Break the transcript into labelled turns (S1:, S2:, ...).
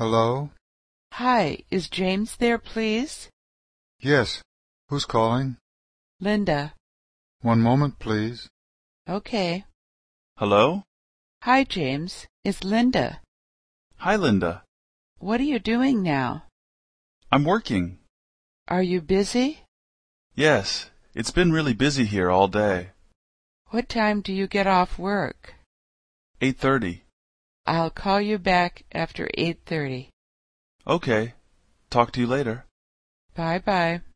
S1: Hello?
S2: Hi, is James there, please?
S1: Yes. Who's calling?
S2: Linda.
S1: One moment, please.
S2: Okay.
S3: Hello?
S2: Hi, James. It's Linda.
S3: Hi, Linda.
S2: What are you doing now?
S3: I'm working.
S2: Are you busy?
S3: Yes, it's been really busy here all day.
S2: What time do you get off work?
S3: 8:30.
S2: I'll call you back after 8:30.
S3: Okay. Talk to you later.
S2: Bye-bye.